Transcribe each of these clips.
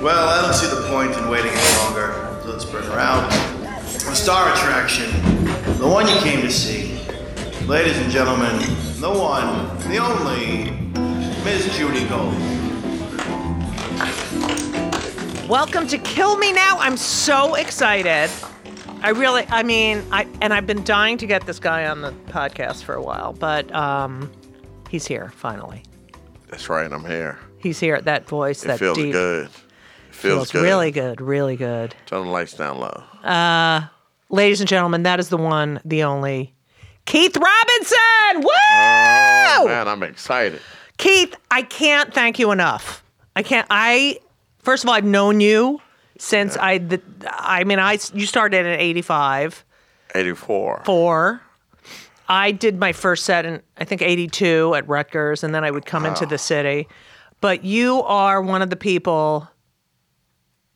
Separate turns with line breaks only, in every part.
Well, I don't see the point in waiting any longer. So let's bring her out. The star attraction, the one you came to see. Ladies and gentlemen, the one, the only, Miss Judy Gold.
Welcome to Kill Me Now. I'm so excited. I really, I mean, I and I've been dying to get this guy on the podcast for a while, but um, he's here finally.
That's right, I'm here.
He's here. That voice,
It
that
feels
deep,
good. It
feels
feels, good.
really good, really good.
Turn the lights down low.
Ladies and gentlemen, that is the one, the only, Keith Robinson. Woo!
Oh, man, I'm excited.
Keith, I can't thank you enough. I can't. I first of all, I've known you since I. The, I mean, I you started at eighty five
84.
four. I did my first set in I think eighty two at Rutgers, and then I would come into the city. But you are one of the people,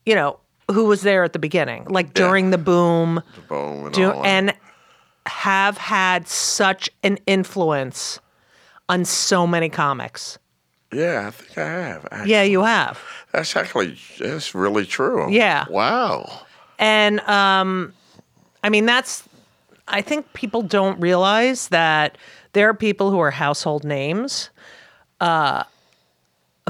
you know, who was there at the beginning, like during the boom
Boom. And,
do
all that.
and have had such an influence on so many comics.
yeah, I think I have. I-
Yeah, you have.
That's actually, that's really true.
Yeah.
Wow.
And um, I mean, that's, I think people don't realize that there are people who are household names uh,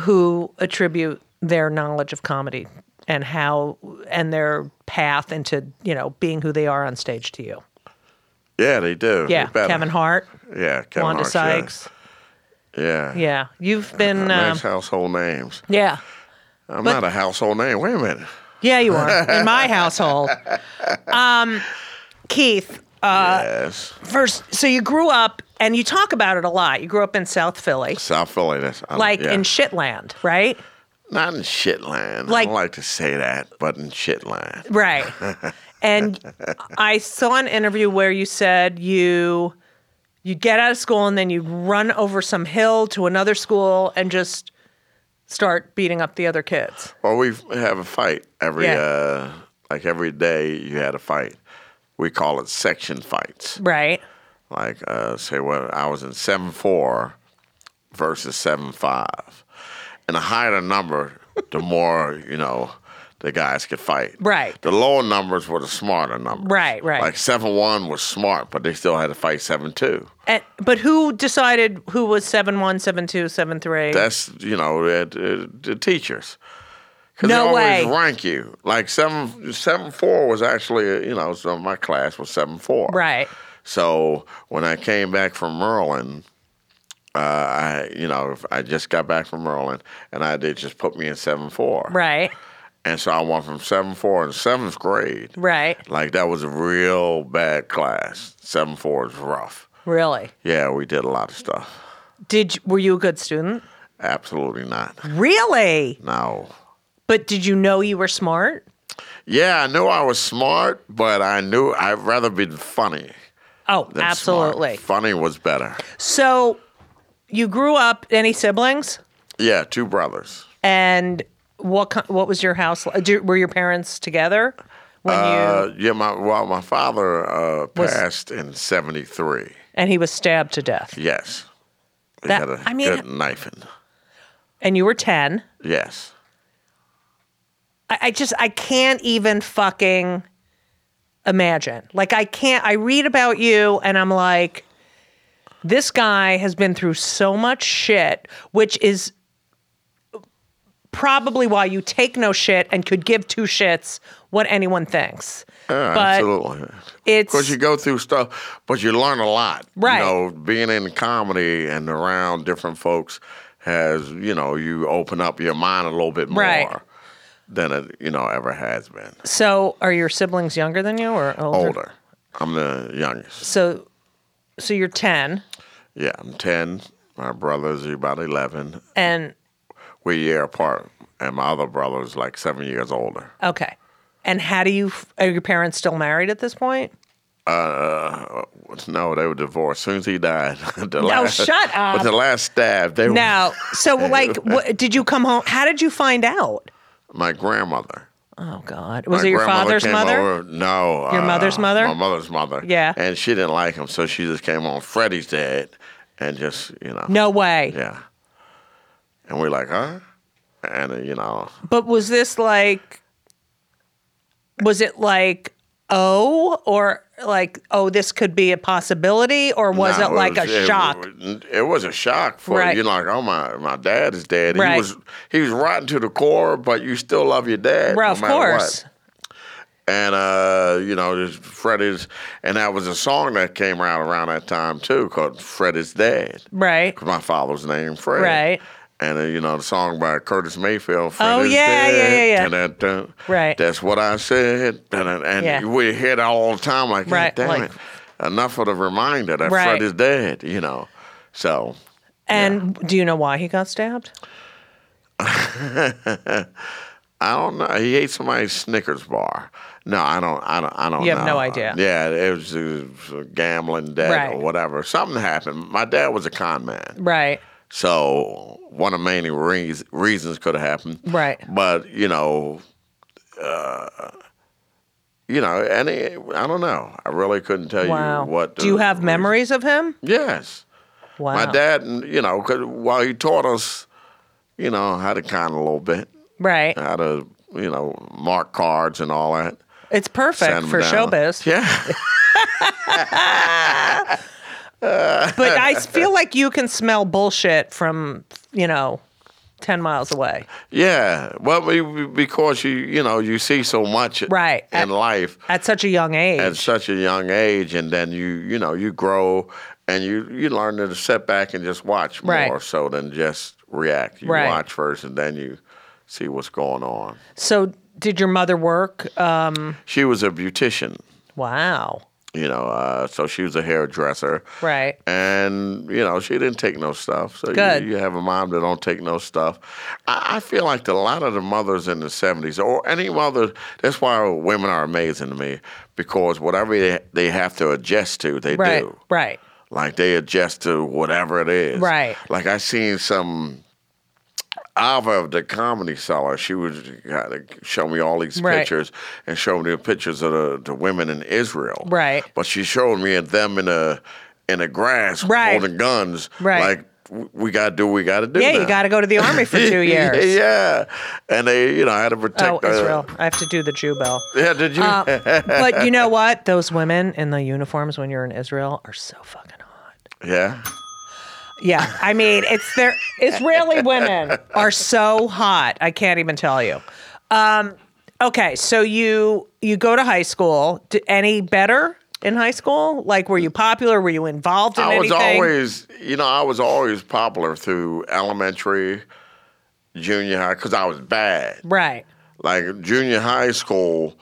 who attribute their knowledge of comedy and how, and their path into, you know, being who they are on stage to you.
Yeah, they do.
Yeah.
They better.
Kevin Hart,
Yeah, Kevin
Wanda
Hart, yeah.
Sykes.
Yeah.
Yeah. You've been, um,
Nice household names.
yeah.
I'm
but-
not a household name. Wait a minute.
Yeah, you are in my household. Um, Keith, Uh,
yes.
first, so you grew up and you talk about it a lot. You grew up in South Philly,
South Philly. That's, I'm,
like
yeah.
in Shitland, right?
Not in shitland. I
Like-
don't like to say that, but in shitland.
Right. and I saw an interview where you said you you'd get out of school and then you'd run over some hill to another school and just start beating up the other kids.
Well, we have a fight every
Yeah.
uh like every day. You had a fight. We call it section fights.
Right.
Like uh, say, well, I was in seven four versus seven five, and the higher the number, the more you know the guys could fight.
Right.
The lower numbers were the smarter numbers.
Right, right.
Like seven one was smart, but they still had to fight seven two.
And, but who decided who was seven one, seven two, seven three?
That's you know the, the, the teachers. 'Cause
No
they always
way.
rank you. Like seven seven four was actually uh, you know so my class was seven four.
Right.
So when I came back from Maryland, uh, I you know I just got back from Maryland and I did just put me in seven four.
Right.
And so I went from seven four in seventh grade.
Right.
Like that was a real bad class. Seven four is rough.
Really?
Yeah, we did a lot of stuff.
Did were you a good student?
Absolutely not.
Really?
No.
But did you know you were smart?
Yeah, I knew I was smart, but I knew I'd rather be funny.
Oh,
Than
absolutely.
smart. Funny was better.
So you grew up any siblings?
Yeah, two brothers.
And what ki- what was your house like? Do- Were your parents together when
Uh,
you
yeah, my well, my father uh,
Was-
passed in '73.
and he was stabbed to death?
Yes, he
That-
had a
I mean-
good knifing.
And you were 10.
Yes,
I, I just I can't even fucking imagine. Like I can't I read about you and I'm like this guy has been through so much shit which is probably why you take no shit and could give two shits what anyone thinks.
yeah,
But
absolutely.
It's
Because you go through stuff, but you learn a lot.
Right.
You know, being in comedy and around different folks has, you know, you open up your mind a little bit more
Right.
than it, you know, ever has been.
so are your siblings younger than you or older?
older. I'm the youngest.
So so you're 10
Yeah, I'm 10. My brother's about 11.
and
We're a year apart. And my other brother's like seven years older.
okay. And how do you f- are your parents still married at this point?
No, they were divorced. soon as he died. the last,
shut up.
But the last stab, they were
Now, so like, what, did you come home? How did you find out?
my grandmother.
Oh God, was
My
it your
grandmother
father's
came
mother?
over- No.
Your mother's mother?
My mother's mother.
Yeah.
And she didn't like him, so she just came on Freddie's dad. and just you know,
No way.
yeah. And we're like, huh? And uh, you know,
But was this like, was it like, oh, or like, oh, this could be a possibility, or was
nah,
it like
was-
a shock?
It, was a shock for
Right.
you, know, like, oh my, my dad is dead.
Right.
He was he was rotten to the core, but you still love your dad,
Well,
no
of
matter
course.
What. And uh, you know, there's Freddie's, and that was a song that came out around that time too, called "Freddie's Dad."
Right.
'Cause my father's name Fred.
Right.
And uh, you know the song by Curtis Mayfield. Fred
Oh,
is
yeah, yeah,
dead,
yeah, yeah.
dun-dun-dun.
Right.
That's what I said. dun-dun, And
Yeah.
we hear that all the time. Like, God
Right,
damn
like-
it, enough of the reminder that
Right.
Fred is dead. You know. So
And do you know why he got stabbed?
I don't know. He ate somebody's Snickers bar. No, I don't. I don't. I don't.
You have
know.
no idea.
Yeah, it was, it was a gambling debt
Right.
or whatever. Something happened. My dad was a con man.
Right.
So one of many reas reasons could have happened.
Right.
But you know, uh, you know, any I don't know. I really couldn't tell
Wow.
you what.
do you
the
have
reason-
memories of him?
Yes,
Wow.
my dad. You know, 'cause while he taught us, you know, how to con a little bit,
Right.
how to you know mark cards and all that.
It's perfect
send 'em
for
down.
showbiz.
Yeah.
But I feel like you can smell bullshit from, you know, 10 miles away.
Yeah, well, we- we- because you you know you see so much
Right.
in
At-
life,
At such a young age.
at such a young age, and then you you know you grow and you you learn to sit back and just watch more
Right.
so than just react. You
Right.
watch first, and then you see what's going on.
so did your mother work? Uh,
She was a beautician,
wow.
you know, uh, so she was a hairdresser,
Right.
and you know she didn't take no stuff. So
Good.
You, you have a mom that don't take no stuff. I, I feel like a lot of the mothers in the seventies, or any mother, that's why women are amazing to me because whatever they, they have to adjust to, they
Right.
do.
Right.
Like they adjust to whatever it is.
Right.
Like I seen some Alva, the comedy seller, she was gotta show me all these
Right.
pictures and show me the pictures of the, the women in Israel.
Right.
But she showed me them in the in the grass
Right.
holding guns.
Right.
Like w- we gotta do what we gotta do.
Yeah, you got to go to the army for two years.
yeah. And they, you know, had to protect
Oh,
uh,
Israel. Um, I have to do the Jew bell.
Yeah, did you
But you know what? Those women in the uniforms when you're in Israel are so fucking hot.
Yeah.
Yeah, I mean, it's their Israeli women are so hot. I can't even tell you. Um, okay, so you you go to high school. D any better in high school? Like, were you popular? Were you involved in
I was
anything?
always, you know, I was always popular through elementary, junior high, because I was bad.
right.
Like junior high school,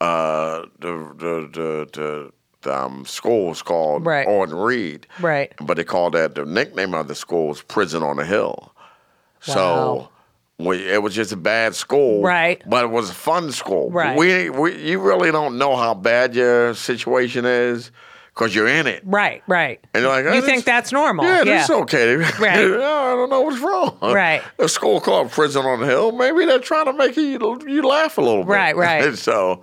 uh, the the the, the, the um, school was called
Right.
Orton Reed,
Right.
but they called that the nickname of the school was Prison on the Hill. So.
Wow.
We, it was just a bad school,
Right.
But it was a fun school.
Right.
We, we you really don't know how bad your situation is because you're in it.
Right. Right.
And you're like, "Oh,
you
this-
think that's normal?
Yeah, that's okay.
Right.
I don't know what's wrong.
Right.
A school called Prison on the Hill. Maybe they're trying to make you you laugh a little bit.
Right, right.
so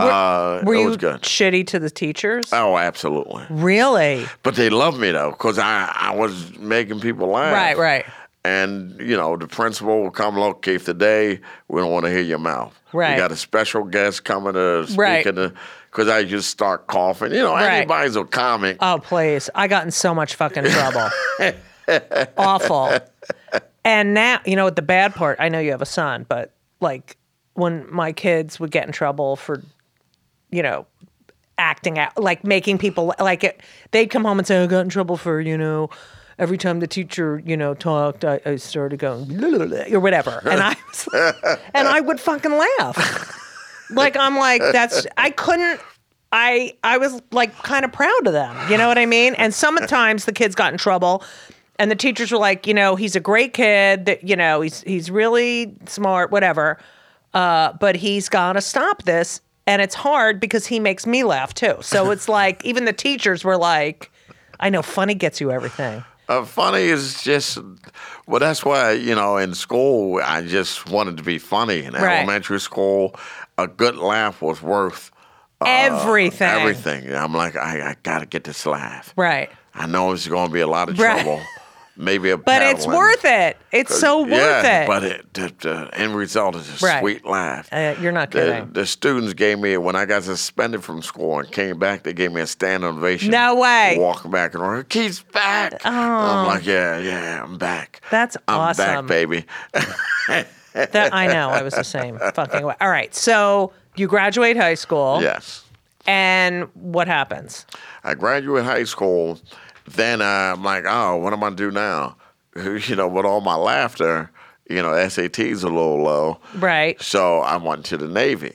uh,
Were
it
you
was good.
shitty to the teachers?
Oh, absolutely.
really?
But they loved me though, because I, I was making people laugh.
Right. Right.
And you know the principal will come locate today. We don't want to hear your mouth.
Right.
We got a special guest coming to speak
Right.
in the because I just start coughing. You know,
Right.
anybody's a comic.
Oh, please. I got in so much fucking trouble. Awful. And now, you know what the bad part? I know you have a son, but like when my kids would get in trouble for, you know, acting out, like making people, like it, they'd come home and say, I got in trouble for, you know, every time the teacher, you know, talked, I, I started going, or whatever. And I was like, and I would fucking laugh. Like, I'm like, that's, I couldn't, I I was like kind of proud of them. You know what I mean? And sometimes the kids got in trouble and the teachers were like, you know, he's a great kid, that you know, he's he's really smart, whatever. Uh, but he's gotta stop this. And it's hard because he makes me laugh too. So it's like even the teachers were like, I know funny gets you everything.
Uh, funny is just, well, that's why, you know, in school, I just wanted to be funny. In
Right.
elementary school, a good laugh was worth Uh,
everything.
everything. I'm like, I, I got to get this laugh.
Right.
I know it's going to be a lot of
Right.
trouble. Maybe a
But it's worth it. It's so worth
yeah,
it.
But it, the, the end result is a
Right.
sweet laugh.
Uh, you're not
the,
kidding.
the students gave me when I got suspended from school and came back, they gave me a stand ovation.
No way.
Walk back and run. Keith's back. I'm like, yeah, yeah, I'm back.
That's
I'm
awesome.
back, baby.
that I know. I was the same fucking way. All right. So you graduate high school.
yes.
And what happens?
I graduated high school. Then I'm like, oh, what am I gonna do now? You know, with all my laughter, you know, SAT's a little low.
Right.
So I went to the Navy.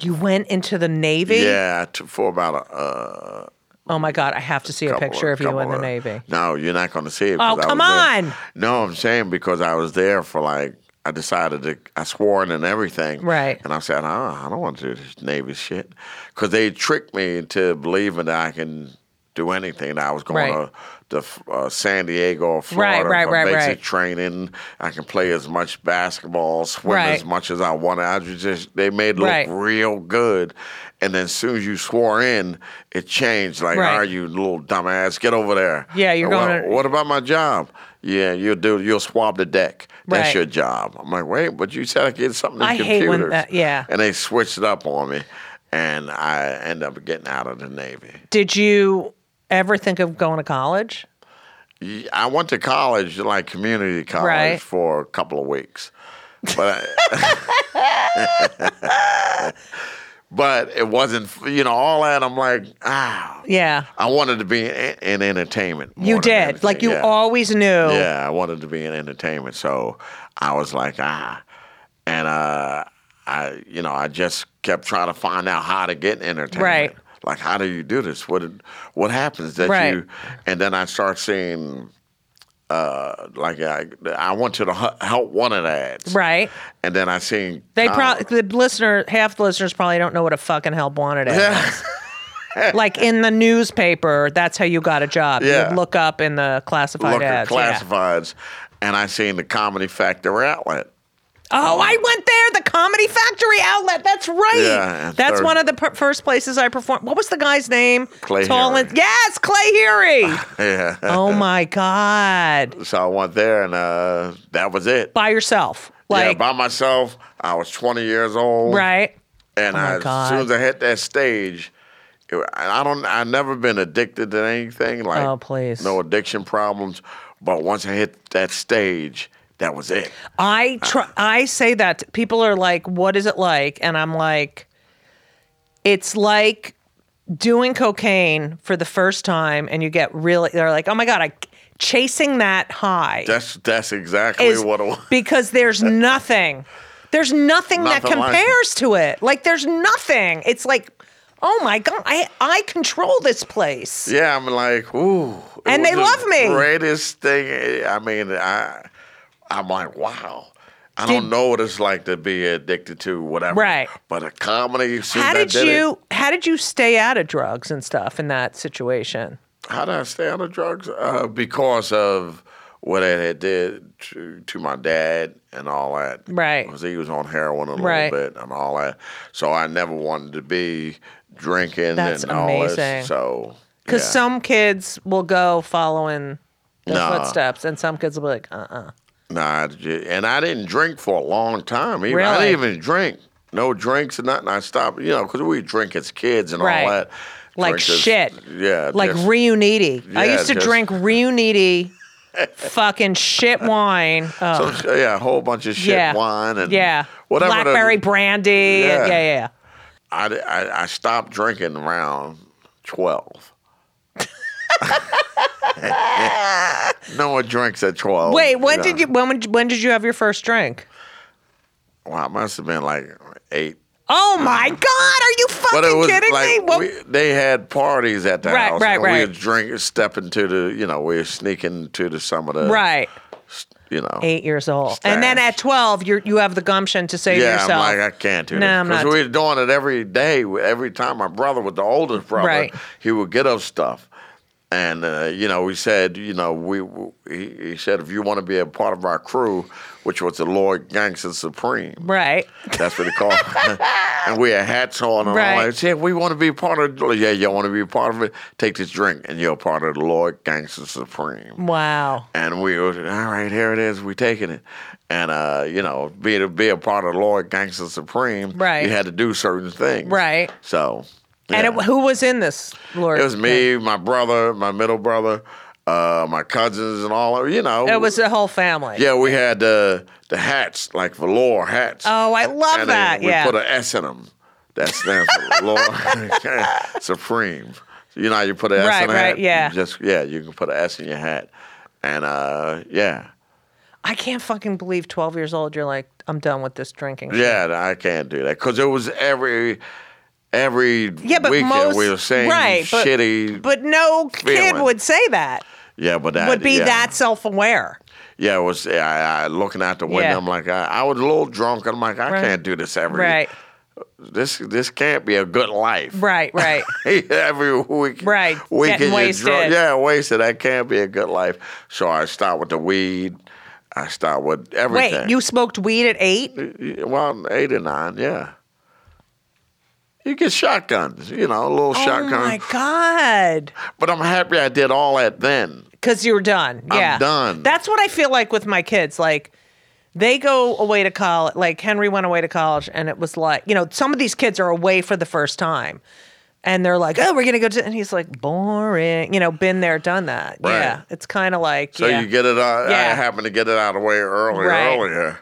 You went into the Navy?
Yeah, to, for about a, uh,
Oh my God. I have to see a
couple
picture of you
couple
in the Navy.
No, you're not going to see it.
Oh,
'cause I
come
was there.
on.
No, I'm saying because I was there for like, I decided to, I swore in and everything.
Right.
And I said, oh, I don't want to do this Navy shit. Because they tricked me into believing that I can do anything. That I was going
Right.
to, to uh, San Diego or Florida
right,
for
right,
basic
right.
training. I can play as much basketball, swim
Right.
as much as I wanted. I was just, they made it look
Right.
real good. And then as soon as you swore in, it changed. Like,
Right.
are you little dumbass? Get over there.
Yeah, you're
Well,
gonna-
What about my job? Yeah, you'll do. You'll swab the deck. That's
Right.
your job. I'm like, wait, but you said I get something. in
I
computers.
hate when that- yeah.
And they switched it up on me, and I end up getting out of the Navy.
Did you ever think of going to college?
Y- I went to college, like community college,
Right.
for a couple of weeks, but. I- But it wasn't, you know, all that. I'm like, ah,
Yeah.
I wanted to be in, in entertainment. more
You
than
did.
anything.
Like you
yeah.
always knew.
Yeah, I wanted to be in entertainment, so I was like, ah, and uh, I, you know, I just kept trying to find out how to get in entertainment.
Right.
Like, how do you do this? What what happens that
Right.
you? And then I start seeing, uh, like I, I went to the Hel- help wanted ads,
Right.
and then I seen
They
com-
probably the listener half the listeners probably don't know what a fucking help wanted is. like in the newspaper, that's how you got a job.
Yeah.
You'd look up in the classified
look at
ads. oh, yeah.
classifieds, and I seen the Comedy Factor outlet. Um,
Oh, I went there, the Comedy Factory outlet. That's right.
Yeah, and
That's
third-
one of the per- first places I performed. What was the guy's name?
Clay Heery.
and- yes, Clay Heery.
Yeah.
oh my God.
So I went there, and uh, that was it.
By yourself.
yeah,
Like,
by myself. I was 20 years old.
right?
And
Oh, my
I, as
God.
soon as I hit that stage, it, I I don't. I never been addicted to anything. Like,
Oh, please.
no addiction problems. But once I hit that stage, that was it.
I try, I say that to- people are like, "What is it like?" And I'm like, "It's like doing cocaine for the first time, and you get really." They're like, "Oh my god, I chasing that high
That's that's exactly
is
what it was.
because there's nothing, there's nothing, that
Nothing like it.
compares to it. Like there's nothing. It's like, oh my god, I I control this place.
Yeah, I'm like, ooh. it
And
was
they
the
love me.
Greatest thing. I mean, I, I'm like, wow. I don't
Did-
know what it's like to be addicted to whatever.
Right.
But a comedy. as soon
How
as I
did
it-
you How did you stay out of drugs and stuff in that situation?
How did I stay out of drugs? Uh, because of what it had did to, to my dad and all that.
Right.
Because he was on heroin a little
Right.
bit and all that. So I never wanted to be drinking
That's
and all
amazing.
this. So.
Because
yeah.
some kids will go following the
Nah.
footsteps, and some kids will be like, uh uh
Nah, I ju- and I didn't drink for a long time. Even. I
Really?
didn't even drink. No drinks and nothing. I stopped, you know, because we drink as kids and
Right.
all that.
Like
Drink as-
shit.
Yeah.
Like
just-
Reuniti. I
Yeah,
used to
just-
drink Reuniti fucking shit wine. Oh,
some sh- yeah, a whole bunch of shit
yeah.
wine and
yeah.
whatever. the-
Blackberry brandy. Yeah.
Yeah.
yeah, yeah,
I, I, I stopped drinking around 12. no one drinks at 12.
Wait, when
know.
did you when would- when did you have your first drink?
Well, I must have been like eight.
Oh my God! Are you fucking
Mm. But it was
kidding me?
like
What-
we, they had parties at the
Right,
house.
right,
and We
right.
would drink, step into the, you know, we were sneaking to the, some of the,
right,
you know.
eight years old, and then
uh, Stash.
at twelve, you you have the gumption to say to
Yeah,
yourself,
I'm like, I can't do
No,
this.
I'm
Because
not.
we were doing it every day. Every time my brother was the oldest brother,
Right.
he would get us stuff. And uh, you know, we said, you know, we, we he he said, if you want to be a part of our crew, which was the Lord Gangster Supreme,
Right.
that's what he called. it. and we had hats on and all
Right.
that. Yeah, we want to be part of. the- Yeah, you want to be part of it. Take this drink, and you're a part of the Lord Gangster Supreme.
Wow.
And we were all right. Here it is. We taking it. And uh, you know, be to be a part of the Lord Gangster Supreme,
Right.
You had to do certain things,
Right.
So, yeah.
And it, who was in this, Lord?
It was me, my brother, my middle brother, uh, my cousins, and all. of You know,
It was the whole family.
yeah. We had the the hats, like velour hats.
Oh, I love
and
that.
They, we
yeah.
put an S in them. That stands for Lord Supreme. You know, how you put an S
Right,
in a
right,
hat.
yeah.
You Just yeah, you can put an S in your hat, and uh, yeah,
I can't fucking believe 12 years old. You're like, I'm done with this drinking. shit."
yeah. I can't do that because it was every every
Yeah, but
weekend
most
we were saying
right, but-
shitty.
But no kid
Feeling.
would say that.
yeah, but that
Would be
yeah.
that self aware.
Yeah, it was I, I looking out the window.
Yeah.
I'm like, I, I was a little drunk. I'm like, I
Right.
can't do this every.
Right.
This this can't be a good life.
Right, right.
every week.
Right,
Weekend
getting
you're
wasted.
drunk. Yeah, wasted. That can't be a good life. So I start with the weed. I start with
Wait,
everything.
you smoked weed at eight?
you well eight or nine, yeah. You get shotguns, you know, a little
Oh my
shotgun.
God.
But I'm happy I did all that then.
Because you were done. Yeah.
done.
That's what I feel like with my kids. Like, they go away to college. Like, Henry went away to college, and it was like, you know, some of these kids are away for the first time. And they're like, oh, we're going to go to. And he's like, boring. You know, been there, done that.
Right.
Yeah. It's kind of like,
So
yeah.
you get it out. I
Yeah.
happened to get it out of the way earlier,
Right.
earlier.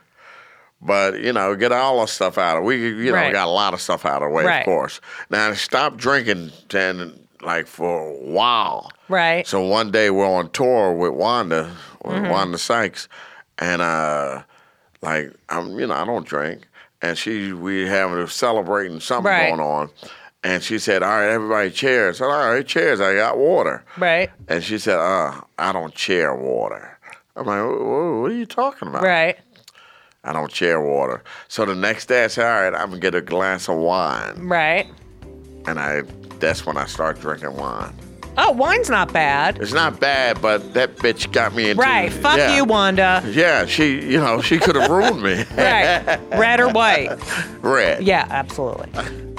But you know, get all the stuff out of. We you know
Right.
got a lot of stuff out of the way, of
Right.
course. Now I stopped drinking and like for a while.
right.
So one day we're on tour with Wanda, with
Mm-hmm.
Wanda Sykes, and uh, like I'm, you know, I don't drink, and she we having a celebrating something
Right.
going on, and she said, "All right, everybody, cheers!" I said, "All right, cheers!" I got water.
right.
And she said, uh, I don't chair water. I'm like, "Wha- wha- what are you talking about?
Right.
I don't chair water. So the next day I said, all right, I'm going to get a glass of wine.
Right.
And I, that's when I start drinking wine.
Oh, wine's not bad.
It's not bad, but that bitch got me into
Right. Fuck
yeah.
you, Wanda.
Yeah, she, you know, she could have ruined me.
Right. Red or white.
Red.
Yeah, absolutely.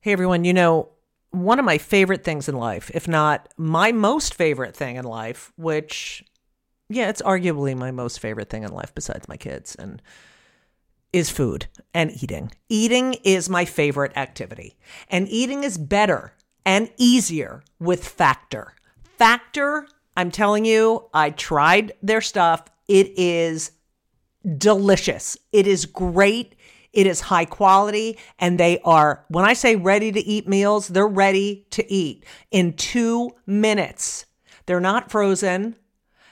Hey everyone, you know, one of my favorite things in life, if not my most favorite thing in life, which yeah, it's arguably my most favorite thing in life besides my kids and is food and eating. Eating is my favorite activity, and eating is better and easier with Factor. Factor, I'm telling you, I tried their stuff. It is delicious. It is great. It is high quality. And they are, when I say ready to eat meals, they're ready to eat in two minutes. They're not frozen.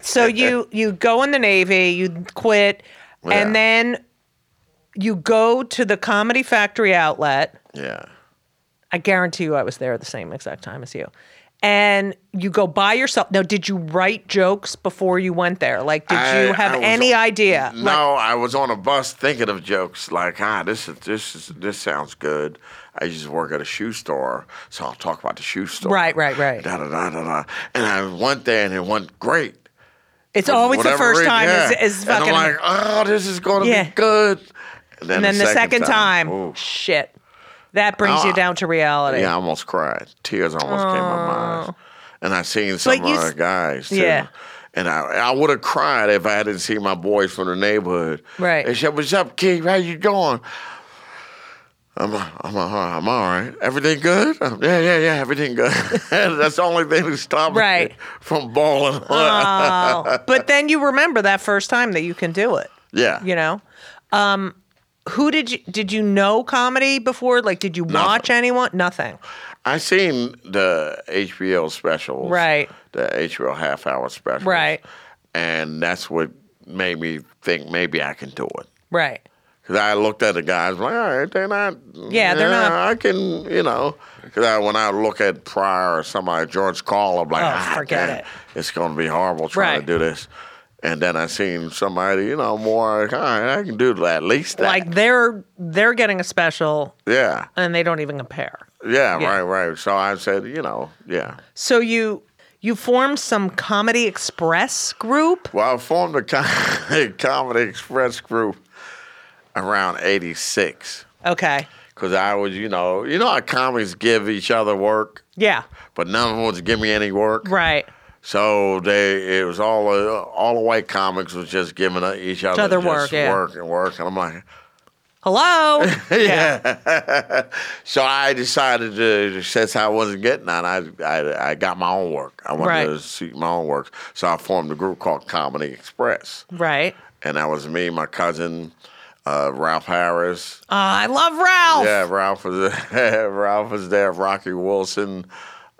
So you you go in the Navy, you quit,
Yeah.
and then you go to the Comedy Factory outlet.
Yeah.
I guarantee you I was there at the same exact time as you. And you go by yourself. Now, did you write jokes before you went there? Like, did
I-
you have
I was-
any idea?
No,
Like,
I was on a bus thinking of jokes like, ah, this is this is this sounds good. I used to work at a shoe store, so I'll talk about the shoe store.
Right, right, right.
Da da da da da. And I went there and it went great.
it's
For
always the
whatever
first
reason,
time
yeah.
is, is
And
fucking.
I'm like, oh, this is gonna
Yeah.
be good. And then,
and then the second, time,
ooh.
shit. That brings
Oh,
you down to reality.
Yeah, I almost cried. Tears almost came to my eyes. And I seen
But
some
Oh. you
other
s-
guys too.
Yeah.
And I, I would have cried if I hadn't seen my boys from the neighborhood.
Right.
They said, "What's up, Keith? How you doing?" I'm, I'm, all right. I'm all right. Everything good? Um, yeah, yeah, yeah. Everything good. That's the only thing that stopped me
Right.
from balling.
Oh, but then you remember that first time that you can do it.
yeah.
You know, um, who did you did you know comedy before? Like, did you watch anyone? Nothing.
I seen the HBO specials,
Right.
The HBO half hour specials,
Right.
And that's what made me think maybe I can do it.
Right.
Cause I looked at the guys like, all right, they're not.
Yeah, they're not-
I can, you know. Cause I, when I look at Pryor or somebody, George Carl, I'm like,
Oh,
"Ah,
forget
damn,
it."
It's gonna be horrible trying
Right.
to do this. And then I seen somebody, you know, more. Like, all right, I can do at least that.
Like they're they're getting a special
yeah,
and they don't even compare.
yeah, right, right. So I said, you know, yeah.
So you you formed some comedy express group.
Well, I formed a com- Comedy Express group around 86
Okay.
because I was, you know, you know how comics give each other work,
Yeah.
but none of them was giving me any work.
Right.
So they, it was all, uh, all the white comics was just giving each other,
other
just
work, yeah.
work and work. And I'm like,
Hello.
so I decided to, since I wasn't getting on, I, I, I got my own work. I wanted
Right.
to seek my own work. So I formed a group called Comedy Express.
right.
and that was me, my cousin, uh, Ralph Harris.
Uh, I love Ralph.
Yeah, Ralph was Ralph was there. Rocky Wilson,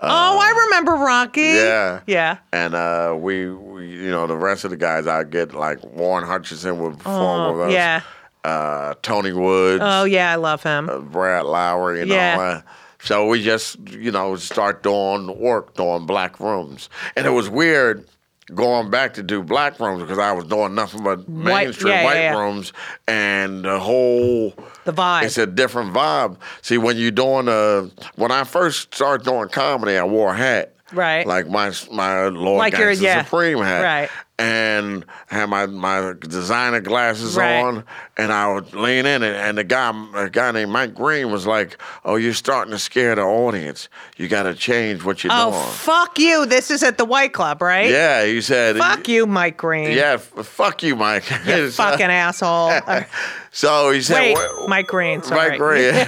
oh, I remember Rocky.
uh, yeah.
Yeah.
and uh, we, we, you know, the rest of the guys I get like Warren Hutchinson would perform with
Oh,
us.
yeah.
uh, Tony Woods,
Oh yeah, I love him.
Brad Lowry, and
Yeah.
all that. So we just, you know, start doing work, doing black rooms, and it was weird. Going back to do black rooms because I was doing nothing but mainstream
yeah, yeah,
white
yeah.
rooms, and the whole
The vibe.
It's a different vibe. See, when you're doing uh when I first started doing comedy, I wore a hat.
Right.
Like my my Lord
Like your-
Gangsta
yeah.
Supreme hat.
Right.
And had my my designer glasses
Right.
on, and I would lean in, and, and the guy a guy named Mike Green was like, "Oh, you're starting to scare the audience. You got to change what you're
Oh,
doing."
fuck you. This is at the White Club, right?
yeah, he said.
Fuck you, Mike Green.
Yeah, f- fuck you, Mike.
You fucking asshole. Uh,
so he said,
Wait,
"Wha-
Mike Green. Sorry.
Mike Gray.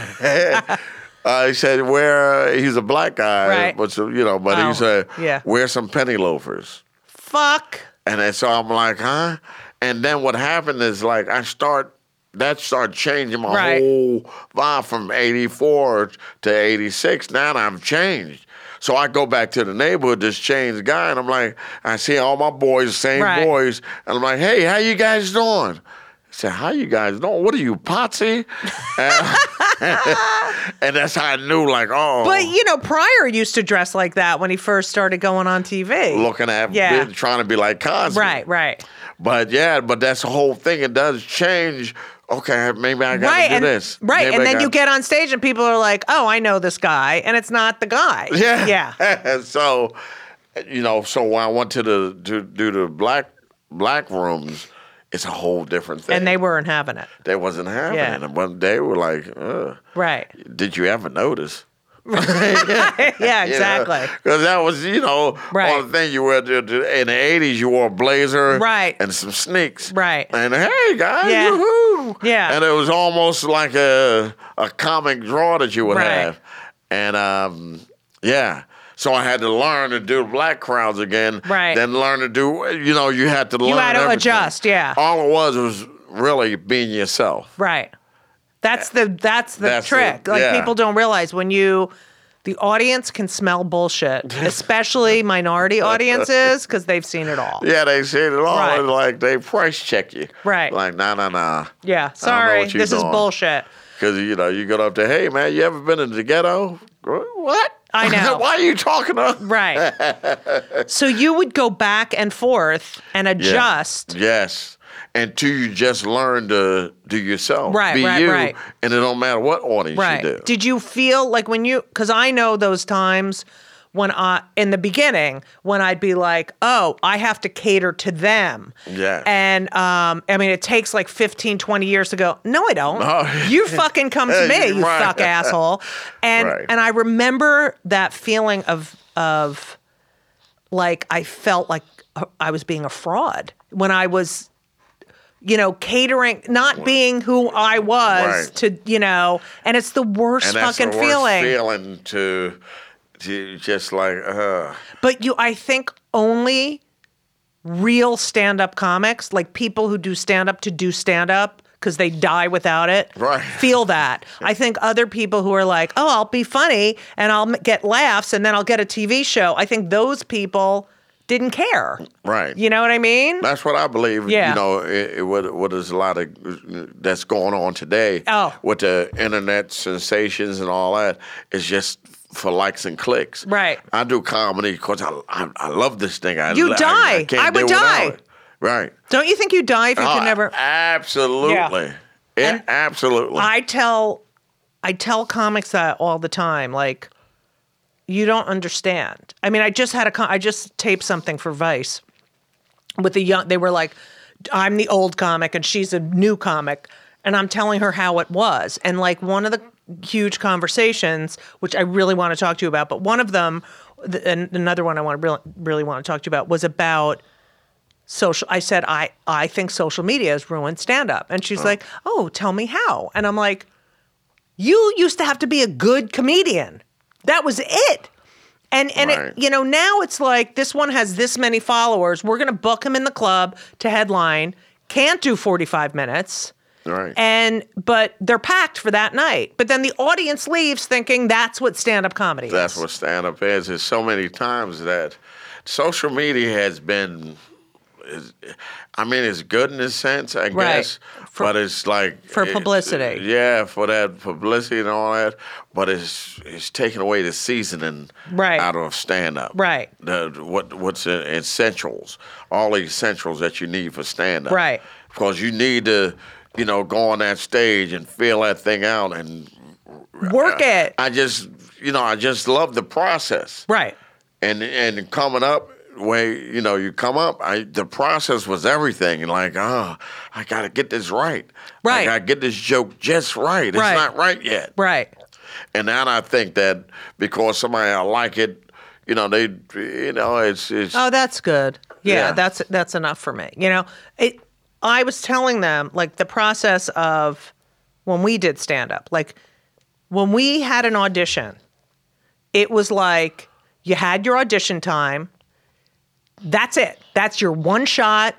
uh, he said, "Wear." He's a black guy,
Right.
but so- you know, but
Oh,
he said,
yeah.
wear some penny loafers."
Fuck.
And then, so I'm like, "Huh?" And then what happened is like I start that started changing my
Right.
whole vibe from '84 to '86. Now I've changed. So I go back to the neighborhood, this changed guy, and I'm like, I see all my boys, same
Right.
boys, and I'm like, hey, how you guys doing? I said, how you guys doing? What are you, Potsy? And that's how I knew, like, oh,
But you know, Pryor used to dress like that when he first started going on TV.
looking at,
Yeah.
been trying to be like Cosby.
right, right,
But yeah, but that's the whole thing. It does change. Okay, maybe I got to
right,
do
and
this.
right,
Maybe
and
I
then
gotta-
you get on stage and people are like, "Oh, I know this guy," and it's not the guy.
Yeah.
yeah,
so, you know, so when I went to the to do the black black rooms, it's a whole different thing.
and they weren't having it.
they wasn't happening.
Yeah.
And one day were like, Ugh,
Right.
did you ever notice?
Yeah, exactly.
Because that was, you know,
Right.
all the thing you wear to- to- in the 80s, you wore a blazer
Right.
and some sneaks.
Right.
And hey, guys,
Yeah.
woohoo, you.
Yeah.
And it was almost like a a comic draw that you would
Right.
have. And um, yeah. So I had to learn to do black crowds again.
Right.
Then learn to do you know, you had to learn
had to
everything. Oh.
adjust, yeah.
All it was was really being yourself.
Right. That's the that's the
That's the-
trick. like
yeah.
people don't realize when you the audience can smell bullshit, especially minority audiences because they've seen it all.
Yeah, they said it all.
Right.
and, Like they price check you.
Right.
Like nah, nah, nah.
Yeah. Sorry.
what you're
This is
doing.
bullshit.
Because you know you go up to, hey man, you ever been in the ghetto? What?
I know.
Why are you talking to?
Right. so you would go back and forth and adjust.
Yes. Until you just learn to do yourself,
Right,
be
right,
you,
right.
and it don't matter what audience
Right.
you do.
Did you feel like when you, because I know those times when I, in the beginning, when I'd be like, oh, I have to cater to them.
Yeah.
And um, I mean, it takes like 15, 20 years to go, no, I don't. You fucking come to me, you
Oh, Right.
fuck asshole. And,
Right.
and I remember that feeling of, of, like I felt like uh, I was being a fraud when I was, you know, catering, not being who I was
Right.
to, you know, and it's the worst
and that's
fucking
the worst
feeling.
feeling to, to just like, uh,
But you, I think only real stand up comics, like people who do stand up to do stand up because they die without it,
Right.
feel that. I think other people who are like, oh, I'll be funny and I'll m- get laughs and then I'll get a TV show, I think those people didn't care.
right.
You know what I mean?
That's what I believe.
Yeah.
You know, it, it, what, what is a lot of that's going on today
Oh.
with the internet sensations and all that is just for likes and clicks.
Right.
I do comedy because I, I I love this thing. I,
You
I- I,
die.
can't
I would
do without
die.
it. Right.
Don't you think you die if you
Oh,
can never?
Absolutely. Yeah.
And-
absolutely.
I tell, I tell comics that all the time. Like, you don't understand. I mean, I just had a, con- I just taped something for Vice with the young. They were like, I'm the old comic and she's a new comic, and I'm telling her how it was. And like one of the huge conversations, which I really want to talk to you about, but one of them, th- and another one I want to really, really want to talk to you about was about social i said i i think social media has ruined stand up and she's like oh tell me how and i'm like you used to have to be a good comedian that was it and and
Right.
it, you know now it's like this one has this many followers we're going to book him in the club to headline can't do 45 minutes
right.
and but they're packed for that night but then the audience leaves thinking that's what stand up comedy
That's
is
what stand up is. There's so many times that social media has been. is- I mean, it's good in a sense, I
Right.
guess,
For-
but it's like
for
it-
publicity.
yeah, for that publicity and all that. But it's it's taking away the seasoning
Right.
out of stand up.
Right.
The what what's in, essentials, all the essentials that you need for stand up.
Right.
Because you need to, you know, go on that stage and feel that thing out and
work it
I just, you know, I just love the process.
right
And and coming up, where you know you come up, I the process was everything. And Like, oh, I gotta get this right.
Right.
I gotta get this joke just right. It's
Right.
not right yet.
right
And now I think that because somebody I like it, you know, they, you know, it's it's
Oh, that's good. Yeah,
Yeah.
that's that's enough for me. You know, it. I was telling them like the process of when we did stand up, like when we had an audition, it was like you had your audition time. That's it. That's your one shot,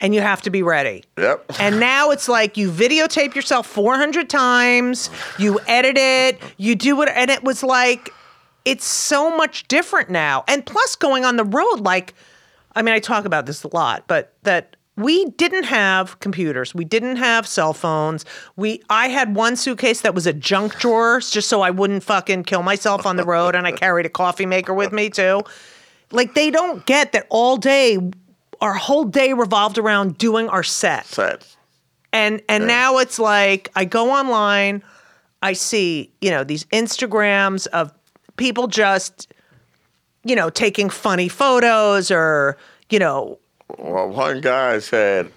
and you have to be ready.
yep.
And now it's like you videotape yourself 400 times, you edit it, you do it. And it was like, it's so much different now. And plus, going on the road, like, I mean, I talk about this a lot, but that we didn't have computers, we didn't have cell phones. We, I had one suitcase that was a junk drawer just so I wouldn't fucking kill myself on the road. And I carried a coffee maker with me too. Like, they don't get that all day. Our whole day revolved around doing our set
Sad.
and and now it's like I go online, I see you know these Instagrams of people just you know taking funny photos or you know
Well, one guy said,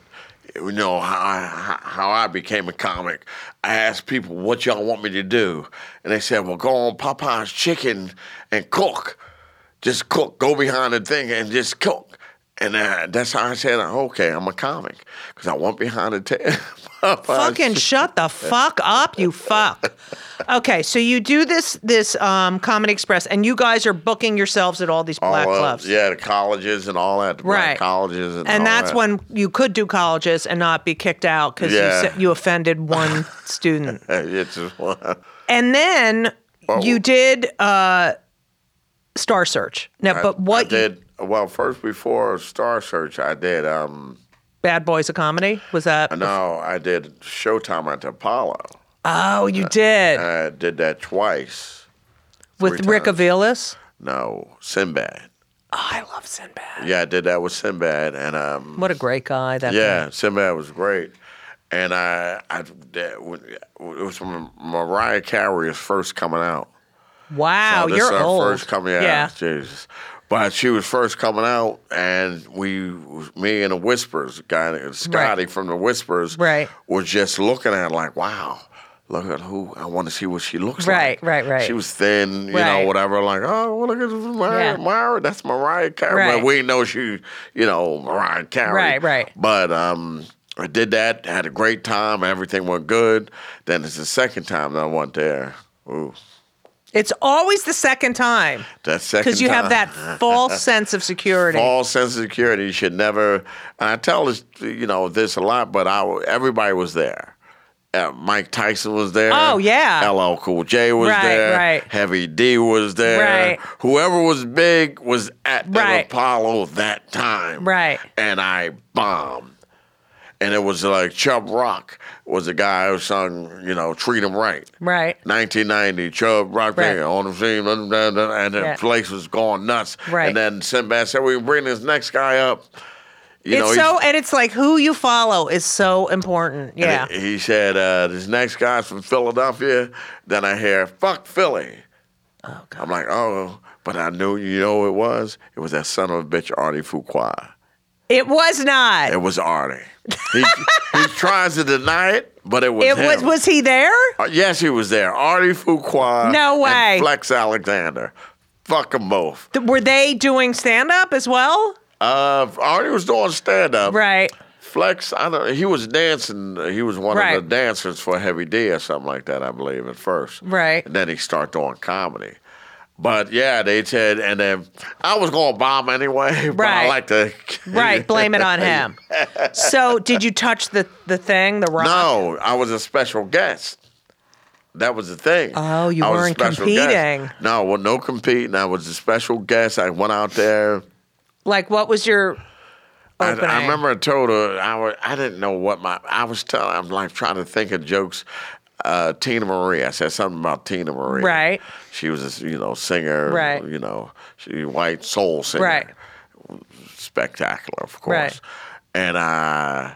you know, how I, how I became a comic. I asked people, what y'all want me to do? And they said, well, go on Popeye's Chicken and cook. Just cook. Go behind the thing and just cook. And uh, that's how I said, okay, I'm a comic because I went behind the table.
Fucking shut the fuck up, you fuck. Okay, so you do this this um, Comedy Express, and you guys are booking yourselves at all these black
all, uh,
clubs.
Yeah, the colleges and all that. the black
Right.
Colleges and,
And
all
that's
that.
when you could do colleges and not be kicked out because
Yeah.
you, s- you offended one student.
it's just,
And then you did uh, Star Search. Now, but what
I did well first before Star Search. I did um
Bad Boys of Comedy was that?
no, I did Showtime at the Apollo.
Oh,
uh,
you did
I did that twice.
with
three
Rick
times.
Avilas.
No, Sinbad.
Oh, I love Sinbad.
Yeah, I did that with Sinbad, and um
What a great guy that guy.
yeah, Sinbad was great. And I, I that, was- it was from Mariah Carey was first coming out.
Wow,
this
Oh, you're
is her
old.
First coming out, Jesus. But she was first coming out, and we, me and the Whispers guy, named Scotty
Right.
from the Whispers,
Right.
was just looking at her like, wow, look at who I want to see what she looks
Right,
like.
right, right.
She was thin, you
Right.
know, whatever. Like, oh, well, look at Mariah,
Yeah.
Mariah. That's Mariah Carey.
Right.
But we know she, you know, Mariah Carey.
Right, right.
But um, I did that. Had a great time. Everything went good. Then it's the second time that I went there. Ooh.
It's always the second time
That second
because you have
time.
that false sense of security.
false sense of security. You should never. And I tell this, you know, this a lot, but I everybody was there. Uh, Mike Tyson was there.
Oh, yeah.
LL Cool J was
Right,
there.
right.
Heavy D was there.
Right.
Whoever was big was at the
Right.
Apollo that time.
Right.
And I bombed. And it was like Chubb Rock was the guy who sung, you know, Treat 'Em Right.
Right.
1990, Chubb Rock
Right.
Band on the scene, da- da- da- and the
Yeah.
place was going nuts.
Right.
And then Sinbad said, "We bring this next guy up." You
it's
know, he-
so, and it's like who you follow is so important. Yeah.
He, he said, uh, "This next guy's from Philadelphia." Then I hear, "Fuck Philly." I'm like, "Oh," but I knew, you know, who it was. It was that son of a bitch, Artie Fuqua.
it was not.
It was Artie. He, he tries to deny it, but it was
It
him.
was. Was he there?
Uh, yes, he was there. Artie Fuqua.
No way.
And Flex Alexander. Fuck them both.
Th- Were they doing stand up as well?
Uh, Artie was doing stand up.
Right.
Flex, I don't. He was dancing. He was one
Right.
of the dancers for Heavy D or something like that, I believe, at first.
Right.
And then he started doing comedy. But yeah, they said, and then I was going to bomb anyway. But
Right.
I like to.
Right. Blame it on him. so, did you touch the the thing, the rock?
No, I was a special guest. That was the thing.
Oh, you
I was a
weren't
special guest.
competing.
No, well, no competing. I was a special guest. I went out there.
Like, what was your
I,
opening?
I remember I told her I was, I didn't know what my I was telling. I'm like trying to think of jokes. Uh, Tina Marie. I said something about Tina Marie.
Right.
She was a you know singer.
Right.
You know she white soul singer.
Right.
Spectacular, of course.
Right.
And uh,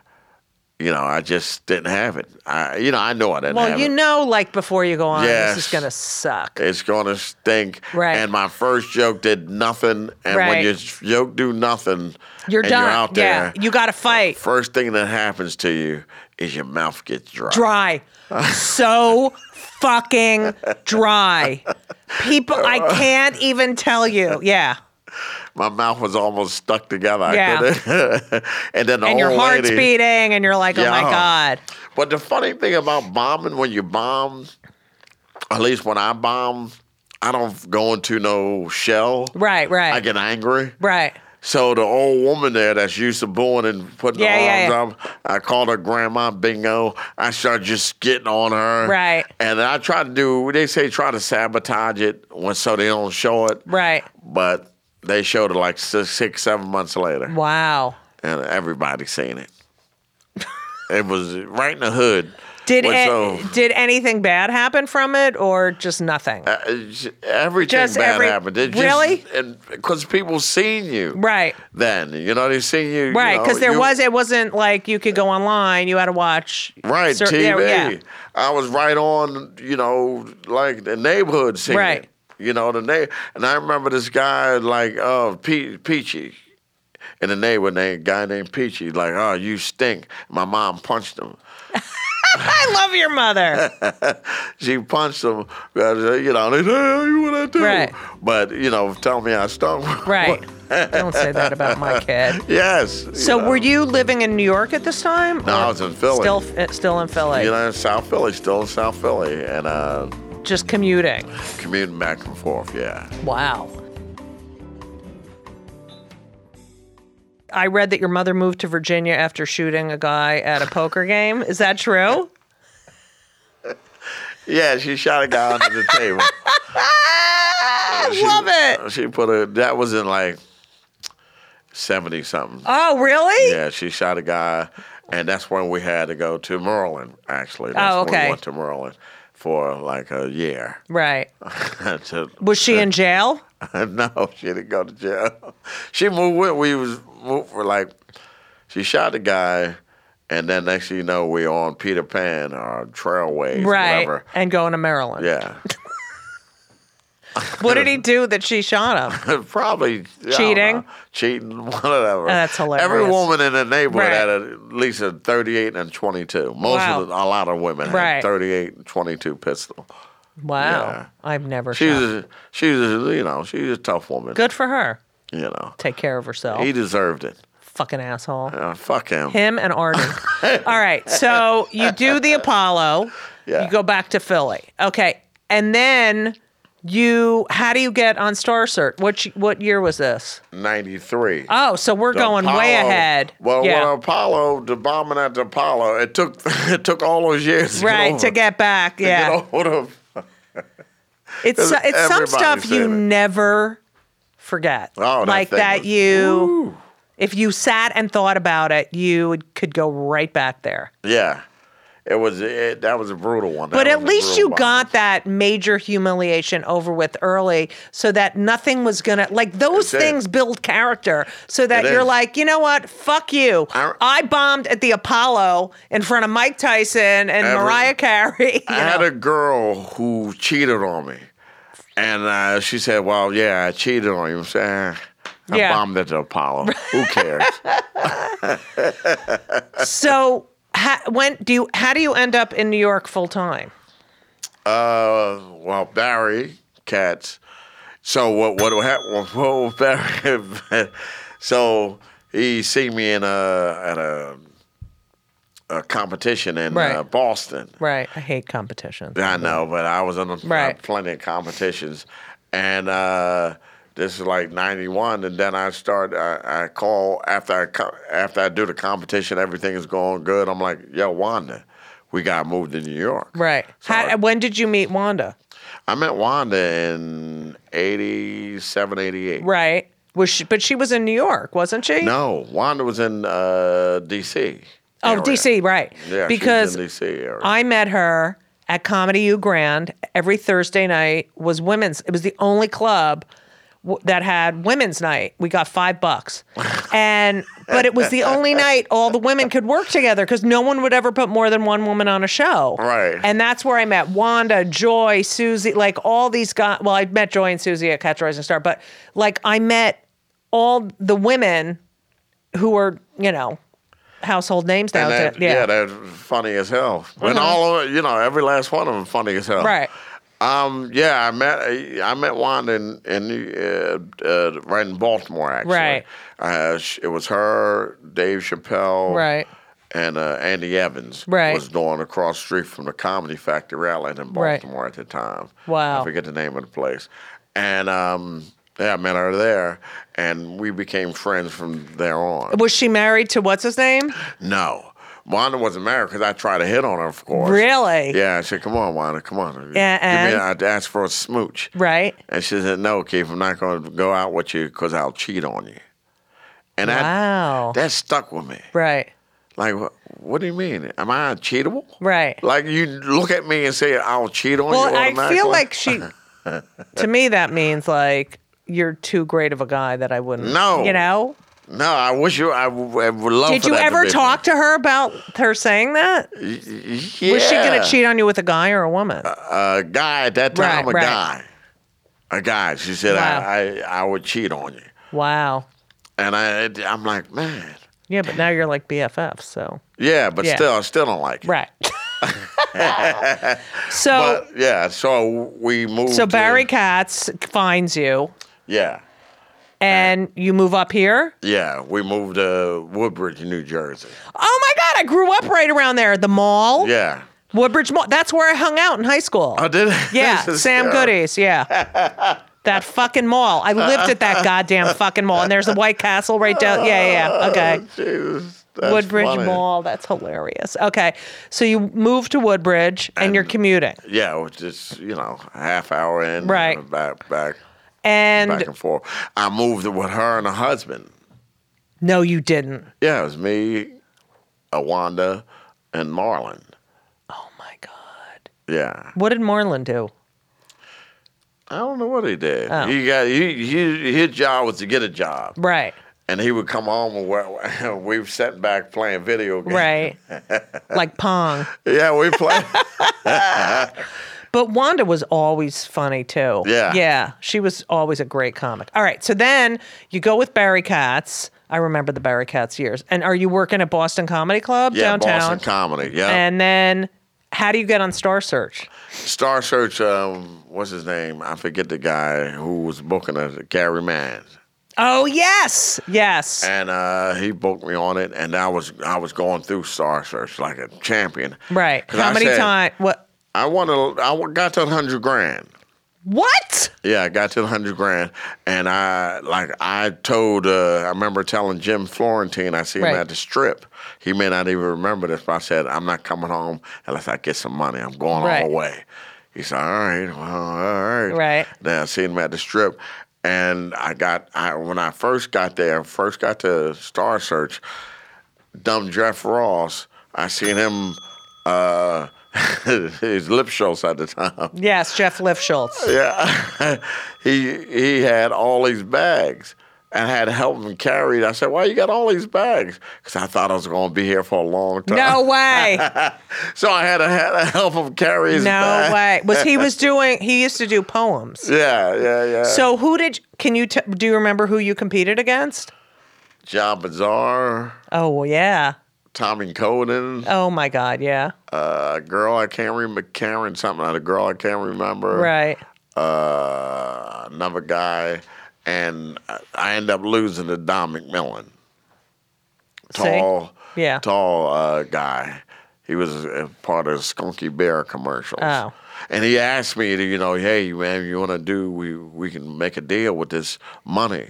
you know, I just didn't have it. I you know I know I didn't
Well,
have
you
it.
know, like before you go on, this is
Yes.
gonna suck.
It's gonna stink.
Right.
And my first joke did nothing. And
Right.
when your joke do nothing,
You're
and
done.
You're out there.
Yeah, you got to fight.
First thing that happens to you is your mouth gets dry.
Dry, so fucking dry. People, I can't even tell you. Yeah,
My mouth was almost stuck together. I
Yeah.
couldn't. and then the
and your
old
heart's
lady-
beating, and you're like, oh my
Yeah.
god.
But the funny thing about bombing, when you bomb, at least when I bomb, I don't go into no shell.
Right, right.
I get angry.
Right.
So the old woman there that's used to booing and putting
Yeah, yeah,
her arms up, I called her Grandma Bingo. I started just getting on her.
Right.
And I tried to do, they say try to sabotage it when so they don't show it.
Right.
But they showed it like six, six seven months later.
Wow.
And everybody seen it. it was right in the hood.
Did
What's
a-
so-
did anything bad happen from it, or just nothing?
Uh, it's- everything
Just
bad
every-
happened. It
Really?
Just, because people seen you.
right.
Then you know they seen you. you
Right,
know,
because there
you-
was it wasn't like you could go online. You had to watch
Right,
cer-
TV.
yeah, yeah.
I was right on, you know, like the neighborhood scene.
Right.
You know, the na- and I remember this guy like uh Pe- Peachy in the neighborhood named guy named Peachy, like, oh, you stink. My mom punched him.
I love your mother.
she punched him. uh, You know, they say, hey, you what I do?
Right.
But you know, tell me I stung.
Right. Don't say that about my kid.
yes. you
So
know.
were you living in New York at this time?
No, I
or
was in Philly.
Still, uh, still in Philly.
You know, in South Philly, still in South Philly, and uh,
Just commuting.
commuting back and forth. Yeah.
Wow. I read that your mother moved to Virginia after shooting a guy at a poker game. Is that true?
Yeah, she shot a guy under the table. Ah,
I love it.
She put a. That was in like seventy something.
Oh, really?
Yeah, she shot a guy, and that's when we had to go to Maryland. Actually, that's
Oh,
when
okay.
we went to Maryland for like a year.
Right.
To-
Was she in jail?
no, she didn't go to jail. She moved with. We was moved for like. She shot the guy, and then next thing you know, we on Peter Pan or Trailways,
Right.
whatever.
And going to Maryland.
Yeah,
What did he do that she shot him?
probably I don't
Cheating? Oh,
know. cheating, whatever.
that's hilarious.
Every woman in the neighborhood
Right.
had at least a 38 and 22. Most
Wow.
of the, a lot of women had
Right.
38 and 22 pistol.
Wow.
Yeah.
I've never
She's
shot.
a, she's a, you know she's a tough woman.
Good for her.
You know
Take care of herself.
he deserved it.
Fucking asshole.
Uh, fuck him.
Him and Arden. All right. So you do the Apollo.
Yeah.
You go back to Philly. Okay. And then you how do you get on Star Cert? What y- what year was this?
93.
Oh, so we're
The
going way
Apollo-
ahead.
Well,
yeah.
when Apollo, the bombing at the Apollo, it took it took all those years to
right
get
to get back.
over-
Yeah.
get over the-
it's so- it's some
Everybody
stuff you
said it.
never forget.
Oh, that
like
thing
that
was-
you if you sat and thought about it, you would- could go right back there.
yeah, it was it, that was a brutal one. That
But at
was a
least
brutal
you
bomb.
got that major humiliation over with early so that nothing was going to, like, those
It did.
things build character so that
It
you're
is.
like, you know what? Fuck you. I,
I-
bombed at the Apollo in front of Mike Tyson and
Every-
Mariah Carey. you
I had
know.
a girl who cheated on me, and uh, she said, "Well, yeah, I cheated on you." I'm saying. "Eh, I
Yeah.
bombed at the Apollo. Who cares?
so, how, when do you, how do you end up in New York full time?
Uh, well, Barry Katz. So what? What happened? Well, Barry. so he seen me in a at a a competition in uh,
Right.
Boston.
Right. I hate competition.
I know, but I was in a,
Right.
plenty of competitions, and uh, this is like '91, and then I start. I, I call after I co- after I do the competition, everything is going good. I'm like, Yo, Wanda, we got moved to New York.
Right.
So
How,
I-
when did you meet Wanda?
I met Wanda in 87, 88.
Right. Was she, but she was in New York, wasn't she?
No, Wanda was in uh, D.C.
Oh,
area.
DC, right.
Yeah,
because
she was in D.C. area.
I met her at Comedy U Grand every Thursday night was women's. It was the only club w- that had women's night. We got 5 bucks. And but it was the only night all the women could work together cuz no one would ever put more than one woman on a show.
Right.
And that's where I met Wanda, Joy, Susie, like all these guys. Well, I met Joy and Susie at Catch a Rising Star, but like I met all the women who were, you know, household names now.
and that,
to- yeah. Uh-huh.
yeah. that's funny as hell. And all of it, you know, every last one of them funny as hell.
Right.
Um, yeah, I met I met Wanda in, in uh, uh, right in Baltimore actually.
Right.
Uh, sh- it was her, Dave Chappelle,
Right.
and uh, Andy Evans
Right.
was doing across the street from the Comedy Factory outlet in
Right.
Baltimore at the time.
Wow.
I forget the name of the place, and um, yeah, I met her there, and we became friends from there on.
Was she married to what's his name?
No, Wanda wasn't married because I tried to hit on her, of course.
Really?
Yeah, I said, "Come on, Wanda, come on." Give me,
and-
I asked for a smooch.
Right.
And she said, "No, Keith, I'm not going to go out with you because I'll cheat on you." And
Wow.
that that stuck with me.
Right.
Like, what, what do you mean? Am I cheatable?
Right.
Like you look at me and say, "I'll cheat on you."
well, I
automatically?
feel like she. to me, that means like you're too great of a guy that I wouldn't.
No.
You know.
no. I wish you. I, w- I would love.
Did
for
you
that to
ever
be-
talk to her about her saying that?
Yeah. Uh,
Was she going to cheat on you with a guy or a woman?
A guy at that
Right,
time. a
right.
guy. A guy. She said,
Wow.
I, "I I would cheat on you,"
wow.
and I I'm like, man.
Yeah, but now you're like BFF, so
Yeah, but
Yeah.
still, I still don't like it.
right. So
But yeah, so we moved.
so Barry
in-
Katz finds you,
Yeah,
and you move up here.
yeah, we moved to Woodbridge, New Jersey.
Oh my God! I grew up right around there. The mall,
Yeah,
Woodbridge Mall. That's where I hung out in high school.
I did.
Yeah,
This is-
Sam
yeah.
Goody's. Yeah. That fucking mall. I lived at that goddamn fucking mall. And there's the White Castle right down. Yeah, yeah. Okay.
uh, Jesus, that's
Woodbridge
funny.
Mall. That's hilarious. Okay. So you move to Woodbridge and, you're commuting.
Yeah, it was just you know a half hour in,
Right.
and back, back, back
And
and forth. I moved with her and her husband.
no, you didn't.
Yeah, it was me, Awanda, and Marlon.
Oh my God.
Yeah,
What did Moreland do?
I don't know what he did.
Oh.
He got he, he his job was to get a job.
Right.
and he would come home and we're- we were sitting back playing video games.
Right. like Pong.
Yeah, we play.
But Wanda was always funny too.
Yeah.
Yeah. She was always a great comic. All right. So then you go with Barry Katz. I remember the Barry Katz years. And are you working at Boston Comedy Club
yeah,
downtown?
Boston comedy. Yeah,
And then how do you get on Star Search?
Star Search. Um, what's his name? I forget the guy who was booking us, Gary Mann,
Oh, yes. Yes.
and uh, he booked me on it, and I was I was going through Star Search like a champion.
right.
'Cause
How
I
many
said,
times? What?
I wanted. I wa- got to hundred grand.
What?
Yeah, I got to the hundred grand, and I like I told. Uh, I remember telling Jim Florentine. I see him
Right.
at the strip. He may not even remember this, but I said I'm not coming home unless I get some money. I'm going
Right.
all the way. He said, "All right, well, all right."
Right.
Then I seen him at the strip, and I got. I when I first got there, first got to Star Search. Dumb Jeff Ross. I seen him. Uh, his lip shows at the time.
Yes. Jeff Lifschultz.
Yeah, he he had all these bags and had to help him carry it. I said, "Why you got all these bags?" Because I thought I was going to be here for a long time.
No way.
So I had to, had to help him carry his
No
bag.
way. Was he was doing, he used to do poems.
Yeah, yeah, yeah.
So who did, can you, t- do you remember who you competed against?
John Bazaar,
Oh, well, yeah.
Tommy Coden,
Oh my God, yeah.
uh, girl I can't remember, Karen something, a girl I can't remember.
Right.
Uh, another guy, and I- I end up losing to Don McMillan.
See?
Tall.
Yeah.
tall uh, guy. He was a part of Skunky Bear commercials.
Oh.
And he asked me, to, you know, hey, man, you want to do, we, we can make a deal with this money.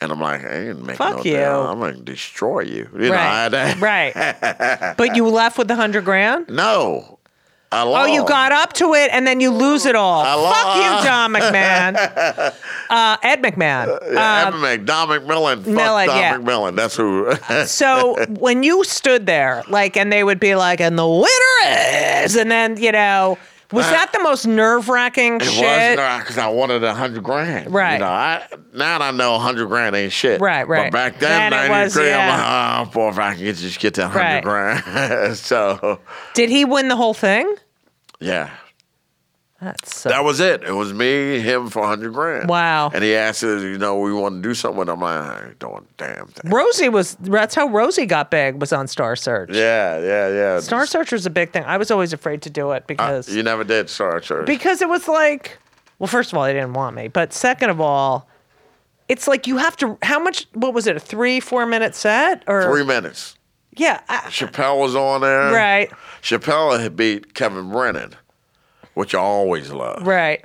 And I'm like, I ain't make
Fuck
no
you.
deal. I'm going to destroy you. You know, I
right.
had that.
right. But you left with the hundred grand?
No. I
Oh,
lost.
you got up to it and then you lose it all. Fuck you, John McMahon. uh, Ed McMahon.
Yeah, Evan Mc- Don McMillan. Fuck
Millen,
Don
uh, yeah.
McMillan. That's who.
Uh, So when you stood there, like, and they would be like, and the winner is, and then, you know, was that the most nerve wracking
Uh, It
shit?
was because I wanted a hundred grand.
Right.
You know, I, now that I know a hundred grand ain't shit.
Right, right.
But back then,
Then it
ninety
was,
grand,
yeah.
I'm like, oh, boy, if I can just get that
Right.
hundred grand. so,
Did he win the whole thing?
yeah,
That's
that was it. It was me, him for a hundred grand.
Wow.
And he asked us, you know, we want to do something. I'm like, I ain't doing a damn thing.
Rosie was, that's how Rosie got big, was on Star Search.
Yeah, yeah, yeah.
Star Search was a big thing. I was always afraid to do it
Uh,
because
you never did, sorry, sir.
because it was like, well, first of all, they didn't want me, but second of all, it's like you have to. How much? What was it? A three, four minute set? Or
Three minutes.
yeah, I,
Chappelle was on there.
right,
Chappelle had beat Kevin Brennan, which I always love.
right.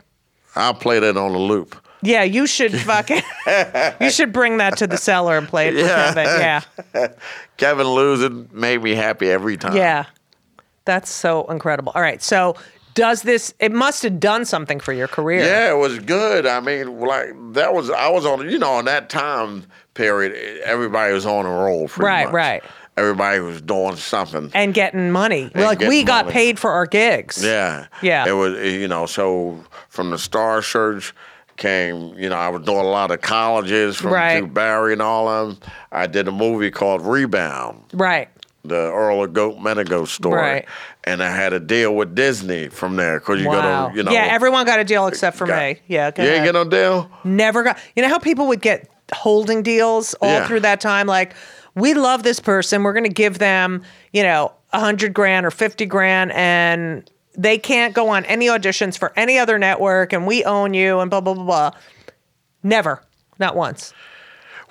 I play that on a loop.
Yeah, you should fucking you should bring that to the cellar and play it for
Yeah. Uh-huh.
Kevin. Yeah,
Kevin losing made me happy every time.
yeah. That's so incredible. All right, so does this? It must have done something for your career.
Yeah, it was good. I mean, like that was I was on you know, in that time period, everybody was on a roll pretty
Right,
much.
right.
Everybody was doing something.
And getting money. like we
getting
got
money.
paid for our gigs.
Yeah.
Yeah.
It was you know, so from the Star Search came, you know, I was doing a lot of colleges from
Right.
Drew Barry and all of them. I did a movie called Rebound.
Right.
the Earl of Goat Menigo story.
Right.
And I had a deal with Disney from there because you
Wow.
got to, you know.
yeah, everyone got a deal except for
got-
me. Yeah, go
You
ahead.
ain't get no deal?
never got. You know how people would get holding deals all
Yeah.
through that time? Like, we love this person. We're going to give them, you know, 100 grand or 50 grand and they can't go on any auditions for any other network and we own you and blah blah blah blah never not once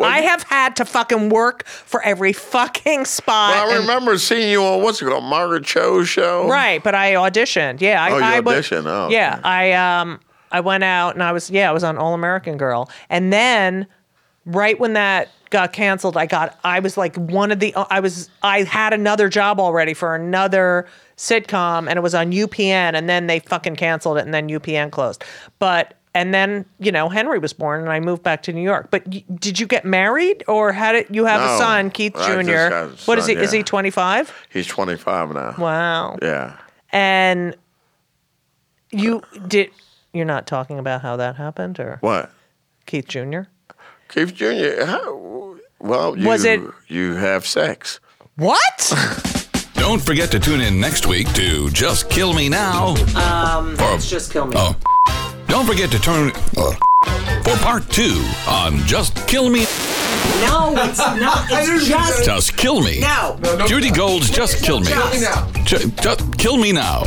I have had to fucking work for every fucking spot.
I
and-
remember seeing you on what's it called, Margaret Cho's show.
Right, but I auditioned. Yeah, I,
Oh, you
I was-
auditioned. Oh, okay.
yeah, I um, I went out and I was yeah, I was on All American Girl, and then right when that got canceled, I got I was like one of the uh, I was I had another job already for another sitcom, and it was on UPN, and then they fucking canceled it, and then UPN closed, but. And then you know Henry was born, and I moved back to New York. But y- did you get married, or how did you have a
No.
son, Keith
I just
Jr.?
got a
What is he?
son,
Is
yeah.
he twenty five?
He's 25 now.
Wow
Yeah.
and you did you're not talking about how that happened or
What?
keith jr
Keith Jr. How? Well, you,
Was it-
you have sex.
what
Don't forget to tune in next week to Just Kill Me Now. Um, for,
Just kill me.
Oh. Don't forget to turn uh, for part two on Just Kill Me.
No, it's not. It's just
Just Kill Me.
now.
Judy Gold's Just Kill Me. Ju- Just Kill Me Now.